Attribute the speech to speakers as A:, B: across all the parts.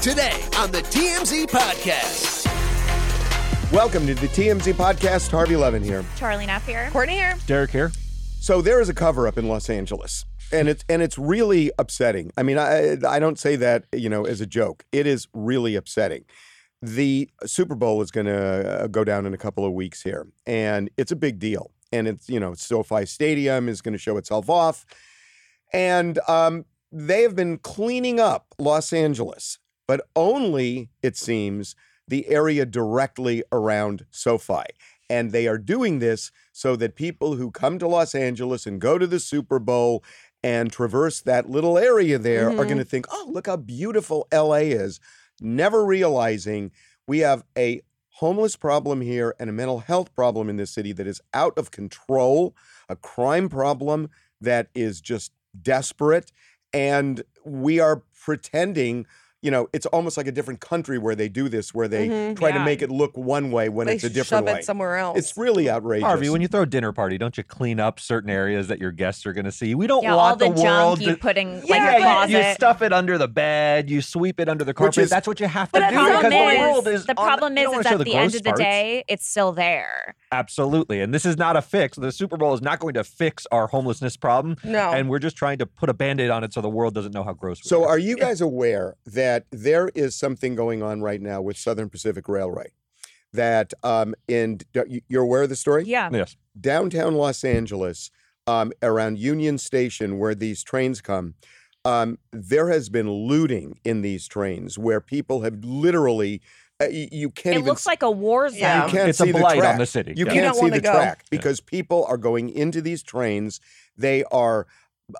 A: Today on the TMZ Podcast.
B: Welcome to the TMZ podcast. Harvey Levin here.
C: Charlie Knapp here.
D: Courtney here.
E: Derek here.
B: So there is a cover up in Los Angeles, and it's and it's really upsetting. I mean, I I don't say that you know as a joke. It is really upsetting. The Super Bowl is going to go down in a couple of weeks here, and it's a big deal. And it's you know SoFi Stadium is going to show itself off, and um, they have been cleaning up Los Angeles, but only it seems the area directly around SoFi. And they are doing this so that people who come to Los Angeles and go to the Super Bowl and traverse that little area there
D: Mm-hmm.
B: are going to think, oh, look how beautiful LA is, never realizing we have a homeless problem here and a mental health problem in this city that is out of control, a crime problem that is just desperate. And we are pretending you know, it's almost like a different country where they do this, where they try to make it look one way when
D: Mm-hmm. They
B: it's a
D: shove
B: different
D: it
B: way.
D: somewhere else.
B: It's really outrageous.
E: Harvey, when you throw a dinner party, don't you clean up certain areas that your guests are going to see? We don't
C: Yeah, all
E: want
C: the,
E: world
C: junk you
E: to-
C: put in like
E: yeah,
C: your
E: you-
C: closet.
E: you, stuff it under the bed, you sweep it under the carpet.
B: is-
E: That's what you have to
C: but the
E: do because
C: problem
E: the world
C: is,
E: is
C: the
E: on-
C: problem
E: you
C: is,
E: don't wanna
C: is at
E: show
C: the, end
E: gross
C: of the
E: parts.
C: day, it's still there.
E: Absolutely. And this is not a fix. The Super Bowl is not going to fix our homelessness problem.
D: No.
E: And we're just trying to put a band-aid on it so the world doesn't know how gross we
B: So,
E: are.
B: are you guys aware that there is something going on right now with Southern Pacific Railway? That um, in you're aware of the story?
C: Yeah.
E: Yes.
B: downtown Los Angeles, um, around Union Station, where these trains come, um, there has been looting in these trains where people have literally, uh, y- you can't
C: It
B: even.
C: looks like a war zone.
D: Yeah.
B: you can't
E: It's a
B: see the
E: blight on
B: track.
E: the city.
B: You
E: Yeah.
D: You
B: can't
D: don't
B: see
D: wanna
B: the
D: go.
B: track because people are going into these trains. They are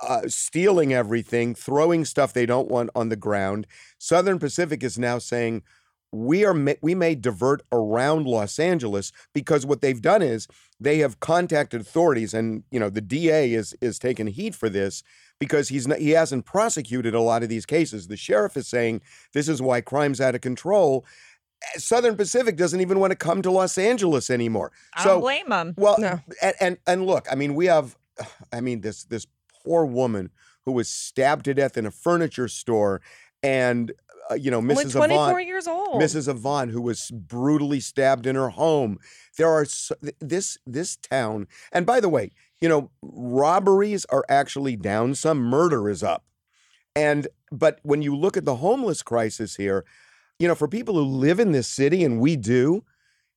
B: uh, stealing everything, throwing stuff they don't want on the ground. Southern Pacific is now saying we are ma- we may divert around Los Angeles because what they've done is they have contacted authorities, and you know the DA is is taking heat for this because he's not, he hasn't prosecuted a lot of these cases. The sheriff is saying this is why crime's out of control. Eh, Southern Pacific doesn't even want to come to Los Angeles anymore.
C: I
B: so
C: don't blame them.
B: well,
D: Um, No.
B: and, and and look, I mean, we have, I mean, this this poor woman who was stabbed to death in a furniture store, and uh, you know,
D: Only
B: Mrs.
D: 24
B: Avant,
D: years old.
B: Mrs. Avant, who was brutally stabbed in her home. There are so, th- this this town, and by the way, you know, robberies are actually down. Some murder is up, and but when you look at the homeless crisis here, you know, for people who live in this city, and we do.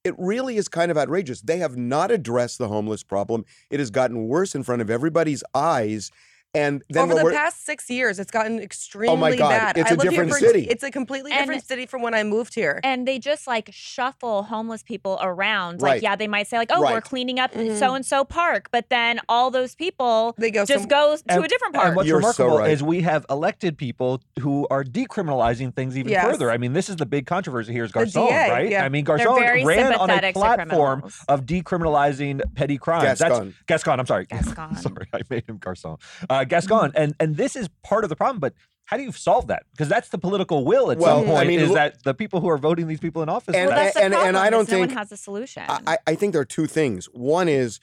B: It really is kind of outrageous. They have not addressed the homeless problem. It has gotten worse in front of everybody's eyes. And then
D: Over
B: what
D: the
B: we're, Oh
D: past six years, it's gotten extremely
B: God,
D: bad.
B: it's
D: I
B: a
D: lived here
B: different
D: for-
B: city.
D: It's a completely
C: And-
D: different city from when I moved here.
C: And they just like shuffle homeless people around.
B: Right.
C: Like, yeah, they might say, like, oh, we're
B: Right.
C: cleaning up
D: Mhm.
C: so and so park. But then all those people
D: They go
C: just
D: some-
C: go to
E: And-
C: a different
E: And
C: park.
E: what's
B: You're so
E: remarkable
B: right.
E: is we have elected people who are decriminalizing things even
D: Yes.
E: further. I mean, this is the big controversy here is
D: The
E: Garcon,
D: DA,
E: right?
D: yeah.
E: I mean,
C: They're very
E: Garcon ran on a
C: sympathetic to
E: platform
C: criminals.
E: of decriminalizing petty crimes.
B: Gascon.
E: That's Gascon. I'm sorry.
C: Gascon.
E: sorry, I made him Garcon. Uh, Gascon, and and this is part of the problem, but. How do you solve that? Because that's the political will at
B: Well,
E: some
B: I
E: point.
B: mean,
E: is
B: look-
E: that the people who are voting these people in office?
B: And
C: well,
E: will-
C: that's the
B: and-
C: problem.
B: and I don't
C: is no one
B: think-
C: has a solution.
B: I, I- I think there are two things. One is,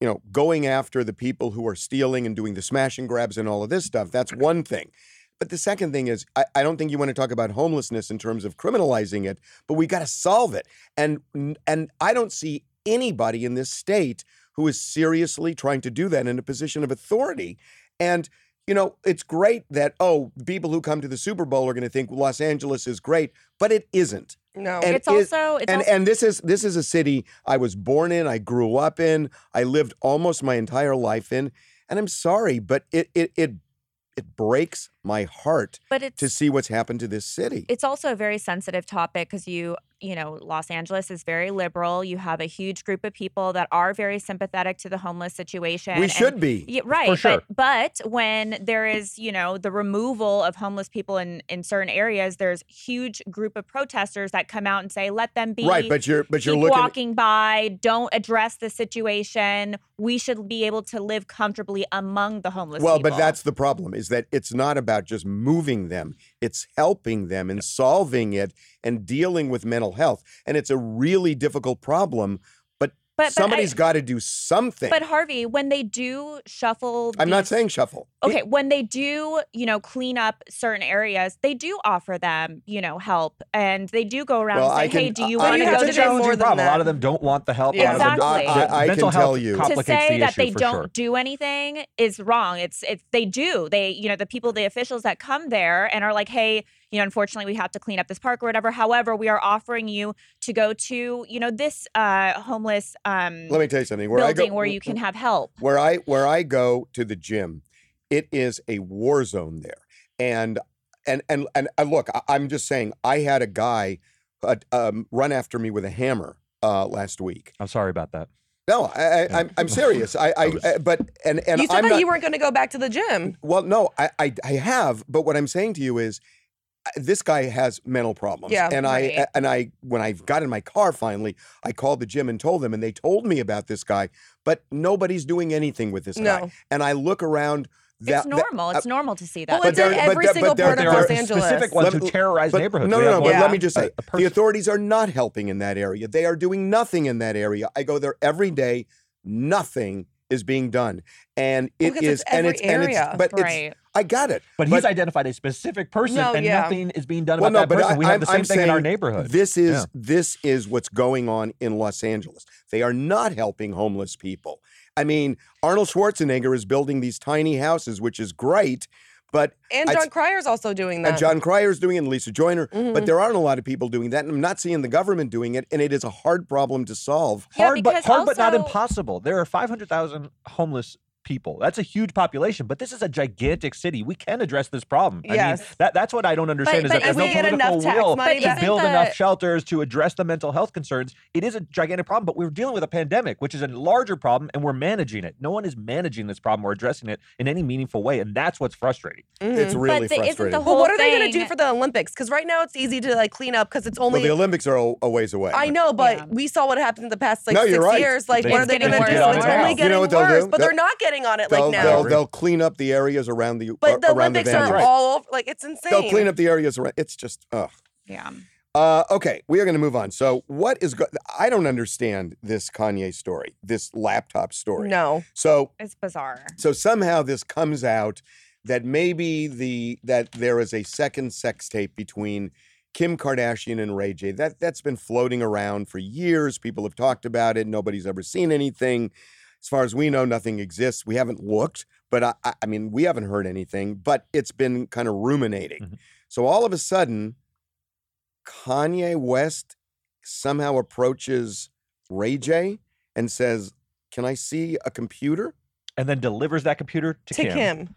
B: you know, going after the people who are stealing and doing the smash and grabs and all of this stuff. That's one thing. But the second thing is, I, I don't think you want to talk about homelessness in terms of criminalizing it, but we got to solve it. And and I don't see anybody in this state who is seriously trying to do that in a position of authority. And you know, it's great that oh, people who come to the Super Bowl are going to think Los Angeles is great, but it isn't.
D: no.
B: and
C: it's
B: is-
C: also it's
B: and
C: also,
B: and this is this is a city I was born in, I grew up in, I lived almost my entire life in, and I'm sorry, but it it it, it breaks my heart
C: but it's
B: to see what's happened to this city.
C: it's also a very sensitive topic because you you know, Los Angeles is very liberal. You have a huge group of people that are very sympathetic to the homeless situation.
B: we
C: and-
B: should be.
C: yeah, right.
E: sure.
C: But but when there is, you know, the removal of homeless people in in certain areas, there's huge group of protesters that come out and say, "Let them be."
B: right, but you're but you're
C: keep
B: looking
C: walking by. Don't address the situation. We should be able to live comfortably among the homeless.
B: Well, but
C: people.
B: that's the problem is that it's not about just moving them. It's helping them and solving it and dealing with mental health. And it's a really difficult problem.
C: but, but
B: Somebody's
C: I-
B: got to do something.
C: But Harvey, when they do shuffle,
B: I'm not
C: these-
B: saying shuffle.
C: okay when they do you know clean up certain areas they do offer them you know help and they do go around
B: Well,
C: and say
B: I can-
C: hey do you
B: I-
C: want
D: you
C: to
D: have
C: go to
D: to do
C: this
D: more than
E: problem. A lot
D: that.
E: of them don't want the help. A lot
C: Exactly.
E: of them,
C: I-
B: I
E: mental
B: can
E: health
B: tell you.
C: to
E: complicates
C: say
E: the
C: that they
E: issue for
C: don't
E: sure.
C: do anything is wrong it's it's they do they you know the people the officials that come there and are like hey you know unfortunately we have to clean up this park or whatever however we are offering you to go to you know this uh homeless um
B: Let me tell you something. Where I
C: building
B: go,
C: where you can have help
B: where I where I go to the gym, it is a war zone there. And and and and uh, look, I, I'm just saying. I had a guy uh, um, run after me with a hammer uh, last week.
E: I'm sorry about that.
B: No, I, I, I'm I'm serious. I, I,
E: was-
B: I but and and
D: you said
B: I'm
D: that
B: not,
D: you weren't going to go back to the gym.
B: Well, no, I, I I have, but what I'm saying to you is uh, this guy has mental problems.
D: Yeah,
B: and I
C: right.
B: and I when I got in my car finally, I called the gym and told them and they told me about this guy, but nobody's doing anything with this guy.
D: No.
B: And I look around that
C: it's normal it's normal to see that
D: Well, it's
B: there-
D: in
B: but
D: every
B: there-
D: single
B: but there-
D: part of
B: there
D: Los
B: are
D: Angeles.
E: specific ones
B: Let-
E: who terrorize
B: but
E: neighborhoods.
B: No,
E: We
B: no,
E: have
B: no. But
D: one-
B: let me just
E: a-
B: say,
E: a
B: the
E: person-
B: authorities are not helping in that area. They are doing nothing in that area. I go there every day. Nothing is being done, and it
D: because
B: is,
D: Oh, it's
B: and
D: every
B: it's, and it's,
D: area.
B: but
C: right
B: it's, I got it.
E: But he's
B: But-
E: identified a specific person,
D: No,
E: and
D: yeah.
E: nothing is being done
B: Well,
E: about
B: no,
E: that
B: but
E: person. we
B: I-
E: have the same
B: I'm- I'm
E: thing in our
B: saying
E: neighborhood.
B: This is
E: Yeah.
B: this is what's going on in Los Angeles. They are not helping homeless people. I mean, Arnold Schwarzenegger is building these tiny houses, which is great, but
D: And
B: I-
D: John Cryer's also doing that.
B: and John Cryer's doing it, and Lisa Joyner, but
D: Mhm.
B: there aren't a lot of people doing that, and I'm not seeing the government doing it, and it is a hard problem to solve.
C: Yeah,
E: hard, but
C: because
E: hard, but not
C: also-
E: impossible. There are 500,000 homeless people. That's a huge population, but this is a gigantic city. We can address this problem. I mean,
D: Yes.
E: that, that's what I don't understand is
C: but
E: that
C: if
E: there's no
C: we get
E: political
D: enough tax
E: will
D: money
E: to
C: back-
E: build
C: Isn't
E: enough
C: the-
E: shelters to address the mental health concerns. It is a gigantic problem, but we're dealing with a pandemic, which is a larger problem, and we're managing it. No one is managing this problem or addressing it in any meaningful way, and that's what's frustrating.
D: Mhm.
B: It's really
C: but the, isn't the
B: frustrating.
C: whole
D: well, what are they going to
C: thing-
D: do for the Olympics? Because right now it's easy to like clean up because it's
B: Well,
D: only.
B: the Olympics are a, a ways away.
D: I know, but
C: Yeah.
D: we saw what happened in the past like
B: No,
D: six
B: you're right.
D: years. Like,
E: They-
D: what are they
C: It's getting
D: going to do?
C: worse
D: It's
C: and worse.
D: only
C: You
D: getting
B: know what they'll
D: worse,
B: do?
D: but
B: They'll-
D: they're not getting on it
B: They'll,
D: like now.
B: they'll,
E: Right.
B: they'll clean up the areas around the uh,
D: but the
B: around
D: Olympics
B: the
D: are
B: venue.
E: venues.
D: all over. Like, it's insane.
B: They'll clean up the areas around. It's just ugh.
C: yeah
B: Uh, okay, we are going to move on. So, what is go- I don't understand this Kanye story, this laptop story.
D: No.
B: So,
C: it's bizarre
B: so somehow this comes out that maybe the that there is a second sex tape between Kim Kardashian and Ray J. That that's been floating around for years. People have talked about it. Nobody's ever seen anything. As far as we know, nothing exists. We haven't looked, but I, I I mean, we haven't heard anything. But it's been kind of ruminating.
E: Mhm.
B: So all of a sudden, Kanye West somehow approaches Ray J and says, "Can I see a computer?"
E: And then delivers that computer to,
D: to Kim.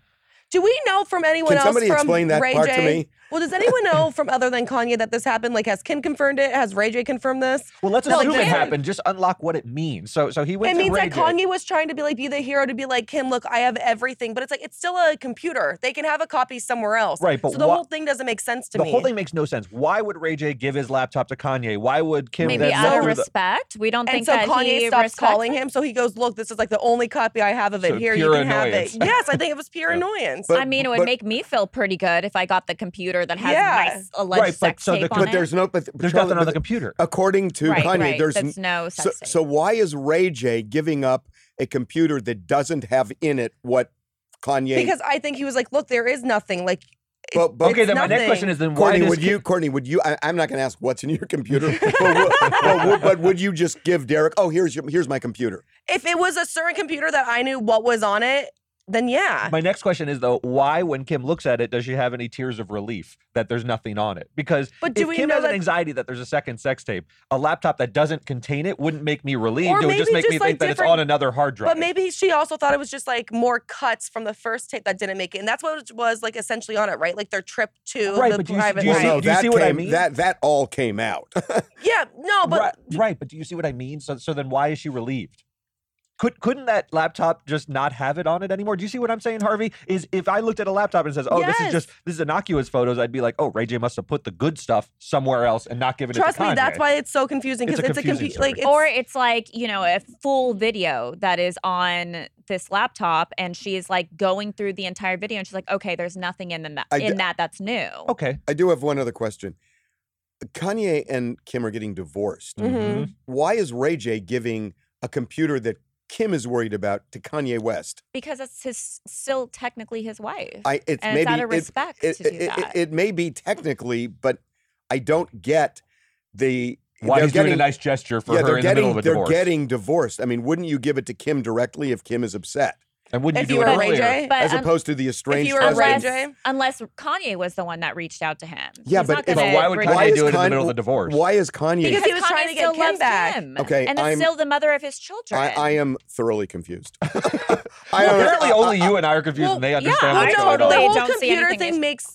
D: Do we know from anyone
B: Can
D: else?
B: somebody
D: from
B: explain that
D: Ray
B: part
D: J?
B: to me?
D: Well, does anyone know from other than Kanye that this happened? Like, has Kim confirmed it? Has Ray J confirmed this?
E: Well, let's
D: No,
E: assume it
D: Kim.
E: happened. Just unlock what it means. So, so he went
D: it
E: to
D: means
E: Ray
D: that
E: J.
D: Kanye was trying to be like be the hero to be like Kim. Look, I have everything, but it's like it's still a computer. They can have a copy somewhere else.
E: Right, but
D: so the
E: wha-
D: whole thing doesn't make sense to
E: the
D: me.
E: whole thing makes no sense. Why would Ray J give his laptop to Kanye? Why would Kim
C: maybe
E: then look
C: out of
E: through the-
C: respect we don't think
D: and so
C: that
D: Kanye
C: Oh he
D: stops
C: respects
D: calling him. So he goes, "Look, this is like the only copy I have of it.
E: So
D: Here, you
E: pure
D: can
E: annoyance.
D: have it." Yes, I think it was pure annoyance.
B: But-
C: I mean, it would
B: but-
C: make me feel pretty good if I got the computer that has
D: Yeah.
C: nice alleged
E: Right, but
C: sex
E: so the
C: tape
E: com-
C: on
B: But
C: it.
B: there's no. But th-
E: There's
B: Charlotte,
E: nothing on the
B: but
E: computer.
B: According to
C: right,
B: Kanye,
C: right.
B: there's n-
C: That's no
B: so,
C: sex tape.
B: so why is Ray J giving up a computer that doesn't have in it what Kanye?
D: because I think he was like, "Look, there is nothing." Like,
B: but, but
E: okay, then my next
D: nothing.
E: question is then why
B: Courtney,
E: does
B: would
E: Kim-
B: you? Courtney, would you? I, I'm not going to ask what's in your computer, but, would, but, would, but would you just give Derek? Oh, here's your, here's my computer.
D: if it was a certain computer that I knew what was on it, then yeah.
E: My next question is though, why when Kim looks at it does she have any tears of relief that there's nothing on it? Because
D: But do
E: if
D: we
E: Kim
D: know
E: has an
D: that-
E: anxiety that there's a second sex tape, a laptop that doesn't contain it wouldn't make me relieved.
D: Or
E: it would just make
D: maybe
E: me
D: just, like,
E: think that it's
D: different-
E: on another hard drive.
D: But maybe she also thought it was just like more cuts from the first tape that didn't make it, and that's what it was like essentially on it, right? Like their trip to
E: Right,
D: the
E: but do you-
D: private
E: do you
D: life.
E: see-
B: no, that
E: see what I
B: came-
E: mean?
B: That that all came out.
D: Yeah, no, but
E: right, right, but do you see what I mean? So so then why is she relieved? Could couldn't that laptop just not have it on it anymore? Do you see what I'm saying, Harvey? Is if I looked at a laptop and says, "Oh, this is
D: Yes.
E: just this is innocuous photos," I'd be like, "Oh, Ray J must have put the good stuff somewhere else and not given it
D: trust
E: to Kanye."
D: me, that's why it's so confusing
E: It's
D: because
E: a
D: it's,
E: confusing
D: a compu-
E: story.
D: like it's,
C: or it's like you know a full video that is on this laptop and she is like going through the entire video and she's like okay there's nothing in that
B: I d- Oh.
C: in that that's new
E: Okay.
B: I do have one other question. Kanye and Kim are getting divorced.
E: Mm-hmm.
D: Mhm.
B: Why is Ray J giving a computer that Kim is worried about to Kanye West?
C: because it's his still technically his wife
B: I it's
C: and
B: maybe
C: it's out of
B: it-
C: respect
B: it,
C: to do
B: it- it-
C: that
B: it may be technically, but I don't get the
E: Why
B: they're
E: he's doing a
B: getting-
E: nice gesture for
B: yeah,
E: her
B: they're
E: in
B: getting
E: the middle of a
B: they're
E: divorce.
B: getting divorced. I mean, wouldn't you give it to Kim directly if Kim is upset,
E: and wouldn't
D: if
E: you
D: you
E: do it
D: were Ray
E: earlier?
D: J,
C: but
B: as
C: un-
B: opposed to the
D: if
B: estranged
D: you were Ray
C: husband.
D: J,
C: unless Kanye was the one that reached out to him
B: Yeah,
C: He's
B: but
C: not
B: if-
C: gonna
E: But why would
C: bring
E: Kanye
C: him-
B: Why is
E: do it in the
B: Con-
E: middle of the divorce?
B: Why is Kanye?
D: Because he was
C: Kanye
D: trying to get
C: still
D: Kim
C: loves
D: back.
C: Him,
B: Okay,
C: and is
B: I'm-
C: still the mother of his children.
B: I, I am thoroughly confused. I
E: Well,
B: don't-
E: apparently,
B: I-
E: only you and I are confused,
C: well,
E: and they
C: yeah, I
E: understand
D: uh, well,
E: what's
D: no,
E: going
D: the
C: totally
E: on.
D: whole
C: don't see
D: computer
C: anything
D: thing
C: as-
D: makes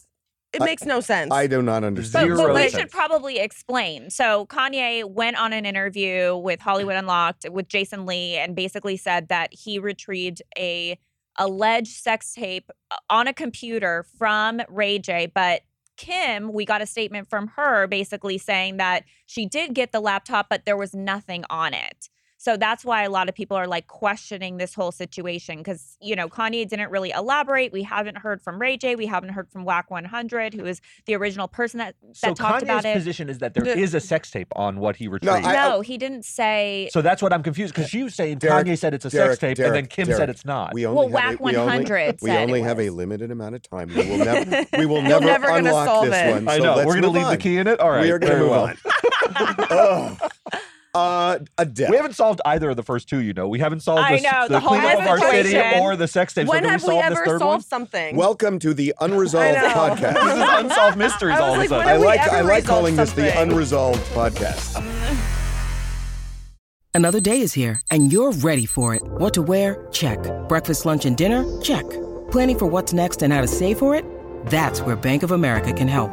D: it
B: I-
D: makes no sense.
B: I do not understand.
C: But,
E: Zero
C: but we
E: sense.
C: should probably explain. So Kanye went on an interview with Hollywood Unlocked with Jason Lee and basically said that he retrieved a alleged sex tape uh, on a computer from Ray J, but Kim, we got a statement from her basically saying that she did get the laptop, but there was nothing on it. So that's why a lot of people are like questioning this whole situation because, you know, Kanye didn't really elaborate. We haven't heard from Ray J. We haven't heard from WAC 100, who is the original person that, that
E: So
C: talked
E: Kanye's
C: about it.
E: position is that there
D: The-
E: is a sex tape on what he retrieved.
B: I-
C: no, he didn't say.
E: so that's what I'm confused because she was saying
B: Derek,
E: Kanye said it's a
B: Derek,
E: sex tape, and then
B: Derek,
E: Kim said
B: Derek,
E: it's not.
B: We
C: Well,
B: only have
C: WAC
B: a, we only,
C: 100
B: we
C: said it
B: only have a
C: was.
B: limited amount of time. We will never, we will
D: We're
B: never,
D: never gonna
B: unlock
D: solve
B: this
D: it.
B: one.
E: I
B: so
E: know.
B: let's
E: We're gonna
B: move
E: leave
B: on.
E: the key in it. All right.
B: we are going to
E: very
B: move
E: well.
B: on. Ugh. uh, a death.
E: We haven't solved either of the first two. You know, we haven't solved
C: I
E: the, s-
C: know,
E: the,
C: the whole
E: cleanup of our city
C: situation.
E: or the sex tape.
D: when
E: so do
D: have
E: we
D: we
E: solve
D: ever
E: this third
D: solved something?
B: Welcome to the Unresolved
D: I know.
E: one?
B: Podcast.
E: this is unsolved mysteries
D: I was
E: all
D: like,
E: of a
D: when
B: I
D: have we
E: sudden.
B: like
D: ever
B: I like
D: resolved
B: calling this the
D: something?
B: Unresolved Podcast.
F: Another day is here, and you're ready for it. What to wear? Check. Breakfast, lunch, and dinner? Check. Planning for what's next and how to save for it? That's where Bank of America can help.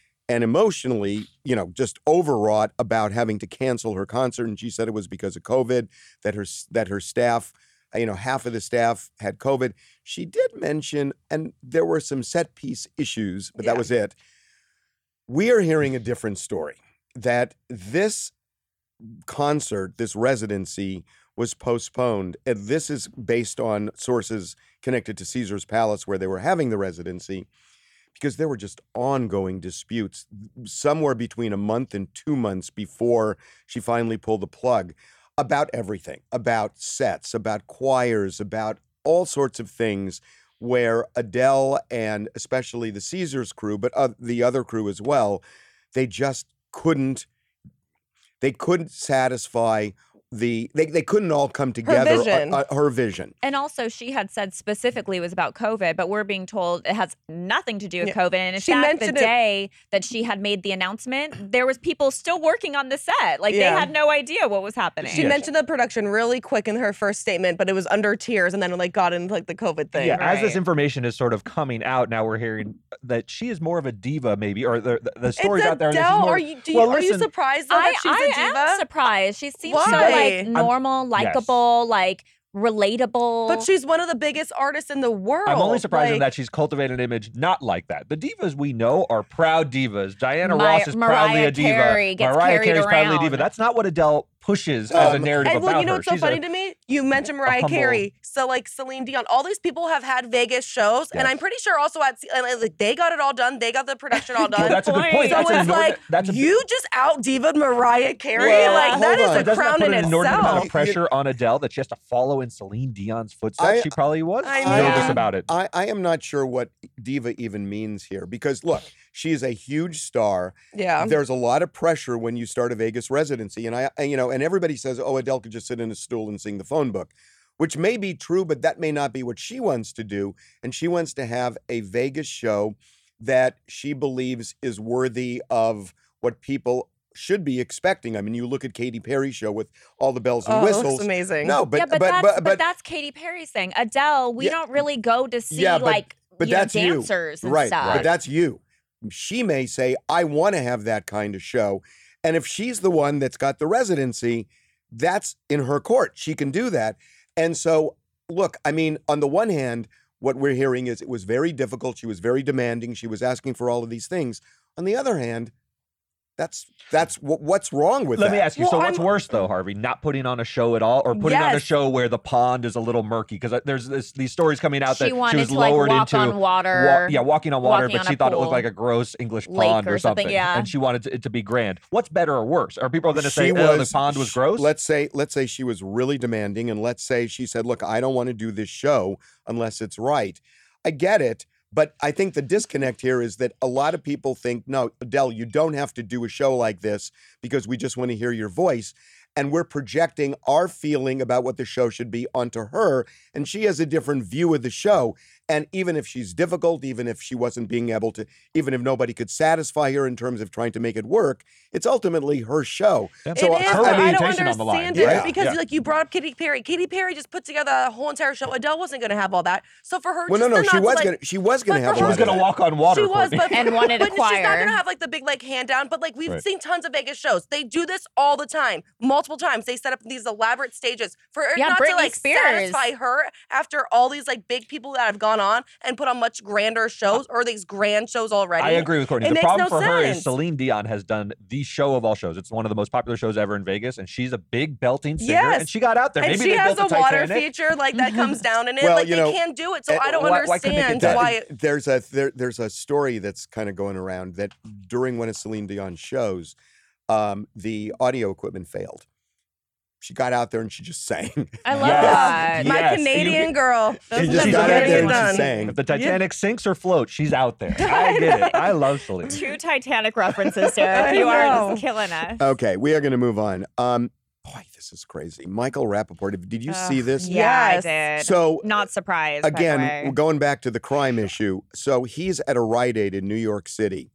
B: and emotionally, you know, just overwrought about having to cancel her concert, and she said it was because of COVID that her s- that her staff, uh, you know, half of the staff had COVID. She did mention, and there were some set piece issues, but that
D: Yeah.
B: was it. We are hearing a different story. That this concert, this residency, was postponed. And this is based on sources connected to Caesar's Palace where they were having the residency because there were just ongoing disputes somewhere between a month and 2 months before she finally pulled the plug about everything, about sets, about choirs, about all sorts of things where Adele and especially the Caesars crew, but uh, the other crew as well, they just couldn't they couldn't satisfy the they, they couldn't all come together uh,
D: vision.
B: uh, her vision
C: And also, she had said specifically it was about COVID, but we're being told it has nothing to do with
D: Yeah.
C: COVID. And in
D: She
C: fact, the
D: mentioned it-
C: day that she had made the announcement, there was people still working on the set. Like
D: Yeah.
C: they had no idea what was happening.
D: She mentioned the production really quick in her first statement, but it was under tears, and then like got into like the COVID thing.
E: Yeah, as this
C: right.
E: information is sort of coming out now, we're hearing that she is more of a diva, maybe, or the the, the
D: It's
E: stories out there. that she's
D: Adele.
E: more-
D: Are you, do you,
E: well,
D: are you
E: listen,
D: surprised though,
C: I,
D: that she's a
C: I
D: diva?
C: am surprised. She seems
D: Why?
C: so like normal, likable, like relatable.
D: But she's one of the biggest artists in the world.
E: I'm only surprised in
D: Like,
E: that she's cultivated an image not like that. The divas we know are proud divas. Diana
C: Mi-
E: Ross is proudly
C: Mariah
E: a diva.
C: Carey gets
E: Mariah
C: carried
E: Carey's proudly a diva.
C: around.
E: That's not what Adele pushes as a
B: Um,
E: narrative
D: And
E: about
D: well, you know
E: her.
D: what's so
E: She's a-
D: funny to me? You mentioned Mariah
E: humble-
D: Carey, so like Celine Dion. All these people have had Vegas shows, and I'm pretty sure also at and, and, like they got it all done. They got the production all
E: Well,
D: done.
E: that's a good point.
D: so
E: That's a
D: it's
E: nor-
D: like
E: that's a
D: you just out divaed Mariah Carey.
C: Well,
D: like
B: hold
D: that is
B: on.
D: a
B: It
E: doesn't that
D: crown
E: put
D: in
E: an inordinate amount
D: itself.
B: You-
E: of pressure on Adele that she has to follow in Celine Dion's footsteps?
B: I-
E: she probably was
D: I
E: nervous
B: know.
E: about it.
B: I, I am not sure what diva even means here because look, she is a huge star.
D: Yeah.
B: There's a lot of pressure when you start a Vegas residency, and I, and, you know, and everybody says, "Oh, Adele could just sit in a stool and sing the phone book," which may be true, but that may not be what she wants to do. And she wants to have a Vegas show that she believes is worthy of what people should be expecting. I mean, you look at Katy Perry's show with all the bells and
D: Oh, it
B: whistles.
D: looks amazing.
B: No, but
C: yeah, but,
B: but,
C: that's,
B: but,
C: but, that's Katy Perry's thing. Adele, we
B: Yeah.
C: don't really go to see
B: Yeah, but-
C: like
B: but
C: you know,
B: that's you.
C: dancers and
B: right,
C: stuff.
B: But that's you. She may say, I want to have that kind of show. And if she's the one that's got the residency, that's in her court. She can do that. And so, look, I mean, on the one hand, what we're hearing is it was very difficult. She was very demanding. She was asking for all of these things. On the other hand, that's that's what, what's wrong with
E: Let
B: that.
E: me ask you. so,
D: Well,
E: what's
D: I'm-
E: worse, though, Harvey? Not putting on a show at all, or putting on a
D: Yes.
E: show where the pond is a little murky? Because there's this, these stories coming out
C: she
E: that she
C: wanted
E: was
C: to like
E: lowered
C: walk
E: into
C: on water.
E: Wa- yeah, walking on water,
C: walking
E: but
C: on
E: she
C: a
E: thought it
C: pool,
E: looked like a gross English
C: lake
E: pond
C: or
E: or
C: something,
E: something.
C: yeah.
E: And she wanted it to be grand. What's better or worse? Are people going to say, oh, the pond was
B: sh-
E: gross?
B: Let's say let's say she was really demanding, and let's say she said, "Look, I don't want to do this show unless it's right." I get it, but I think the disconnect here is that a lot of people think, "No, Adele, you don't have to do a show like this because we just want to hear your voice." And we're projecting our feeling about what the show should be onto her. And she has a different view of the show. And even if she's difficult, even if she wasn't being able to, even if nobody could satisfy her in terms of trying to make it work, it's ultimately her show.
E: It
D: It
B: So I-
D: is, but
B: I mean,
D: I don't
E: reputation
D: understand
E: on the line,
D: it
B: right?
D: because
E: Yeah.
D: like you brought up Katy Perry. Katy Perry just put together a whole entire show. Adele wasn't going to have all that. So for her,
B: well, no,
D: just
B: no,
D: to
B: she
D: not to,
B: was
D: like,
B: gonna, she was gonna
D: but
B: have.
D: for
B: a
D: her-
E: She was
B: lot of
E: going to
B: that.
E: walk on water.
D: she was,
E: Courtney.
D: but
C: And wanted a
D: but she's not
C: choir.
D: gonna have like the big like hand down. But like we've
E: Right.
D: seen tons of Vegas shows. They do this all the time, multiple times. They set up these elaborate stages for it
C: Yeah,
D: not
C: Britney
D: to like
C: Spears.
D: satisfy her after all these like big people that have gone on and put on much grander shows or these grand shows already.
E: I agree with Courtney.
D: It
E: the
D: makes
E: problem
D: no
E: for her is
D: sense.
E: Celine Dion has done the show of all shows. It's one of the most popular shows ever in Vegas, and she's a big belting singer.
D: Yes.
E: And she got out there.
D: And
E: Maybe
D: she
E: they
D: has a
E: built
D: water
E: Titanic.
D: feature like that comes down in it.
B: Well,
D: like
B: you
D: they
B: know,
D: can't do it. So
B: uh,
D: I don't
E: why- why couldn't they
D: understand
E: do
B: That-
E: that?
D: why.
B: there's a there, there's a story that's kind of going around that during one of Celine Dion's shows, um, the audio equipment failed. She got out there and she just sang.
C: I love
E: Yes.
C: that.
E: Yeah.
D: My
E: Yes, you-
D: Canadian girl. Those
B: she
D: are
B: just
D: the
E: she's
B: got
D: best
B: out there and
E: amazing.
D: things done.
B: she sang.
E: If the Titanic sinks or floats, she's out there. I get it. I love Celine.
C: Two Titanic references,
D: I
C: Derek. You are
D: know.
C: just killing us.
B: Okay, we are going to move on. Um, boy, this is crazy. Michael Rappaport, did you see
C: Ugh,
B: this?
C: Yeah, I
D: Yes.
C: did.
B: So
C: not surprised. by the
B: again
C: way.
B: we're going back to the crime issue so he's at a rite aid in new york city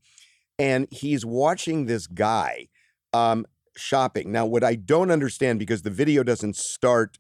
B: and he's watching this guy um, shopping now what i don't understand because the video doesn't start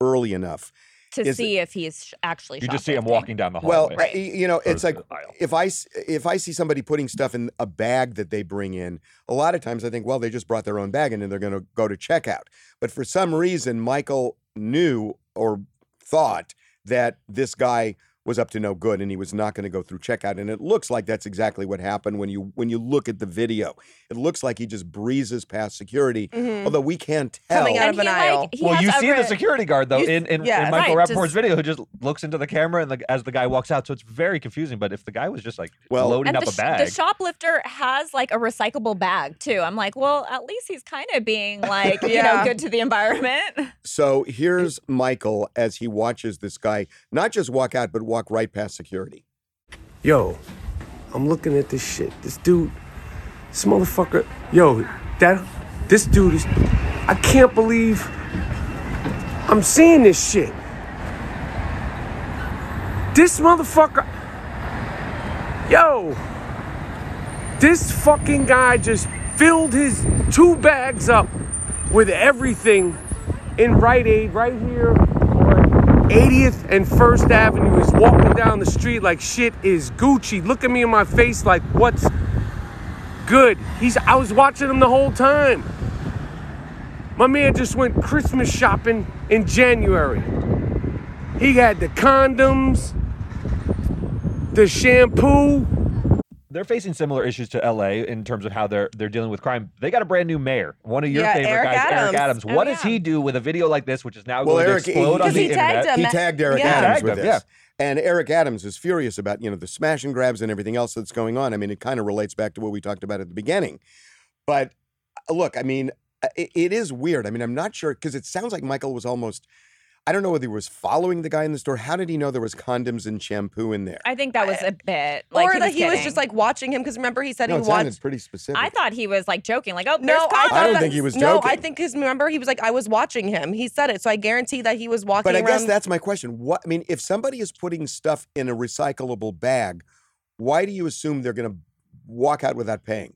B: early enough
C: to
B: is-
C: see if he's sh- actually.
E: You just see him
C: shoplifting.
E: walking down the
B: well
E: hallway.
B: y- you know it's like
E: Goes to the aisle.
B: if i s- if i see somebody putting stuff in a bag that they bring in a lot of times i think well they just brought their own bag in and they're going to go to checkout but for some reason michael knew or thought that this guy was up to no good and he was not going to go through checkout and it looks like that's exactly what happened when you when you look at the video it looks like he just breezes past security
D: Mm-hmm.
B: although we can't tell
D: Coming out
C: And
D: of
C: he,
D: an aisle.
C: like, he
E: well,
C: has
E: you see
C: over-
E: the security guard though
D: You-
E: in in,
D: yeah,
E: in Michael
C: right,
E: Rappaport's
C: just-
E: video, who just looks into the camera and the, as the guy walks out, so it's very confusing. But if the guy was just like
B: Well-
E: loading
C: And
E: up
C: the,
E: a
C: sh-
E: bag,
C: the shoplifter has like a recyclable bag too. I'm like, well, at least he's kind of being like, you
D: Yeah.
C: know, good to the environment.
B: so here's michael as he watches this guy not just walk out but walk right past security
G: Yo, I'm looking at this shit. This dude, this motherfucker. Yo, that, this dude is. I can't believe I'm seeing this shit. This motherfucker. Yo, this fucking guy just filled his two bags up with everything in Rite Aid right here on 80th and 1st Avenue. He's walking down the street like shit is Gucci. Look at me in my face like what's good. He's I was watching him the whole time. My man just went Christmas shopping in January. He had the condoms, the shampoo,
E: they're facing similar issues to LA in terms of how they're they're dealing with crime. They got a brand new mayor. One of your
D: Yeah,
E: favorite
D: Eric
E: guys, Eric
D: Adams.
E: Adams.
C: Oh,
E: What does
C: yeah.
E: he do with a video like this, which is now
B: Well,
E: going
B: Eric,
E: to explode on
D: Because
E: the
D: he tagged
E: internet?
D: him.
B: He
D: Ma-
B: tagged Eric
D: yeah.
B: Adams
E: Tagged
B: with
E: him,
B: this.
E: yeah.
B: And Eric Adams is furious about, you know, the smash and grabs and everything else that's going on. I mean, it kind of relates back to what we talked about at the beginning. But uh, look, I mean, uh, it, it is weird. I mean, I'm not sure because it sounds like Michael was almost I don't know whether he was following the guy in the store. How did he know there was condoms and shampoo in there?
C: I think that was a bit. Like,
D: or
C: he
D: that he was
C: kidding.
D: just like watching him because remember he said
B: no,
D: he
B: it sounded
D: watched
B: pretty specific.
C: I thought he was like joking, like, oh, there's
D: No, I
C: cops.
D: thought
B: I don't
D: that-
B: think he was
D: No, I
B: joking.
D: think because remember he was like, I was watching him. He said it, so I guarantee that he was walking
B: but I
D: around.
B: guess that's my question. What I mean, if somebody is putting stuff in a recyclable bag, why do you assume they're going to walk out without paying?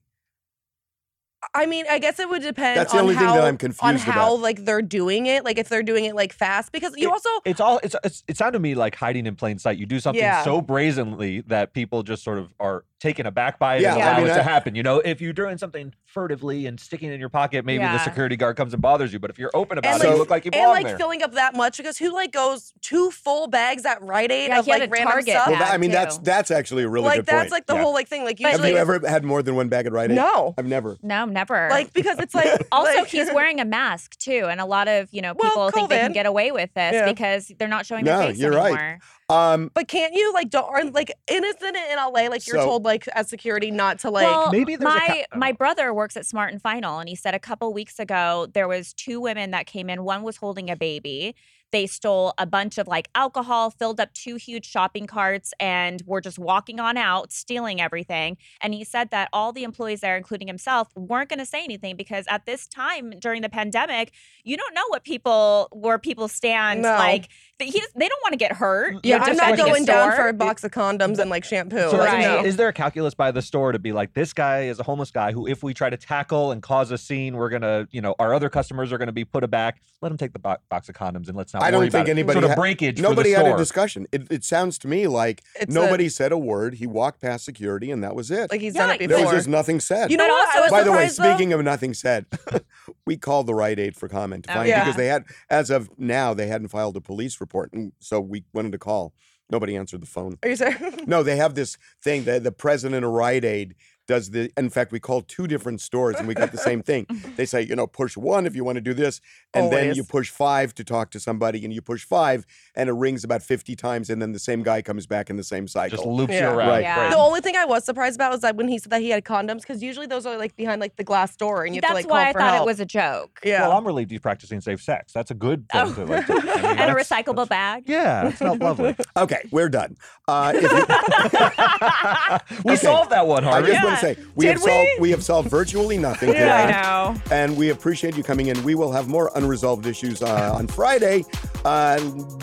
D: I mean, I guess it would depend.
B: That's the
D: on
B: only thing
D: how,
B: that I'm
D: on
B: confused
D: how
B: about.
D: like they're doing it. Like if they're doing it like fast, because you also
E: it's all it's, it's it sounded to me like hiding in plain sight. You do something
D: Yeah.
E: so brazenly that people just sort of are taken aback by it and
B: Yeah,
D: I
E: allow
B: mean,
E: it
B: I-
E: to happen. You know, if you're doing something furtively and sticking it in your pocket, maybe the
C: Yeah.
E: security guard comes and bothers you. But if you're open about
D: And,
E: it, you
B: like-
E: look like you
D: and
E: belong
D: like
E: there.
D: filling up that much because who like goes two full bags at Rite Aid
C: Yeah,
D: of
C: he had
D: like
C: a
D: random
C: Target
D: stuff?
B: Well, that, I mean,
C: too.
B: that's that's actually a really
D: like
B: good
D: that's
B: point.
D: like the
E: Yeah.
D: whole like thing. Like
C: Have
D: usually,
B: Have you ever had more than one bag at Rite Aid?
D: No.
B: I've never.
C: no, never.
D: like because it's like
C: also,
D: like-
C: he's wearing a mask too, and a lot of you know
D: Well,
C: people think they can
D: COVID.
C: get away with this
D: Yeah.
C: because they're not showing
B: No,
C: their face
B: you're right.
C: anymore.
B: Um,
D: But can't you like don't aren't, like innocent in LA? Like you're
B: So-
D: told like as security not to like.
C: well,
E: maybe there's a
C: my
E: co-
C: my
E: oh.
C: brother works at Smart and Final, and he said a couple weeks ago there was two women that came in. One was holding a baby. They stole a bunch of like alcohol, filled up two huge shopping carts, and were just walking on out, stealing everything. And he said that all the employees there, including himself, weren't going to say anything because at this time during the pandemic, you don't know what people where people stand.
D: No.
C: Like they, he, they don't want to get hurt.
D: yeah,
C: You're
D: I'm not
C: defending a
D: going down
C: store.
D: for a box of condoms and like shampoo.
E: So
D: like,
E: like,
D: no.
C: Right.
E: is there a calculus by the store to be like, this guy is a homeless guy who, if we try to tackle and cause a scene, we're gonna, you know, our other customers are gonna be put aback. Let him take the bo- box of condoms and let's not.
B: I
E: worry
B: don't
E: about
B: think
E: it.
B: anybody
E: sort of
B: ha-
E: breakage.
B: nobody
E: for the
B: had a
E: store.
B: discussion. It, it sounds to me like
D: It's a-
B: nobody said a word. He walked past security, and that was it.
D: Like he's
C: Yeah,
D: done it
C: you-
D: before.
B: there was just nothing said.
D: you know
C: But
D: what? I
C: also-
D: was
B: By the way,
D: surprised, though.
B: speaking of nothing said, we called the Rite Aid for comment to
C: Oh,
B: find
D: yeah.
B: because they had, as of now, they hadn't filed a police report, and so we went into call. Nobody answered the phone.
D: Are you serious?
B: No, they have this thing that the president of Rite Aid does the. In fact, we called two different stores and we got the same thing. They say, you know, push one if you want to do this, and then
D: Always.
B: you push five to talk to somebody, and you push five, and it rings about fifty times, and then the same guy comes back in the same cycle.
E: Just loops
D: Yeah.
E: you around.
B: Right.
C: Yeah.
D: The only thing I was surprised about was that when he said that he had condoms, because usually those are like behind like the glass door, and you have
C: That's
D: to like call
C: why I
D: for
C: thought it
D: help.
C: was a joke.
D: yeah.
E: Well, I'm relieved he's practicing safe sex. That's a good thing
C: Oh.
E: to like. do. I mean,
C: and a
E: that's-
C: recyclable bag.
E: Yeah, it felt lovely.
B: Okay, we're done. Uh, if you,
E: we
B: Okay.
E: solved that one,
B: I
E: Harvey.
B: just want to say we have solved we have solved virtually nothing today.
C: Yeah, I know.
B: And we appreciate you coming in. We will have more unresolved issues uh, on Friday. Uh,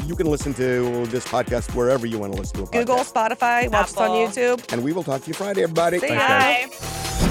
B: you can listen to this podcast wherever you want to listen to a podcast.
D: Google, Spotify, watch us on
C: Apple.
D: YouTube.
B: And we will talk to you Friday, everybody.
D: See ya.
C: Bye.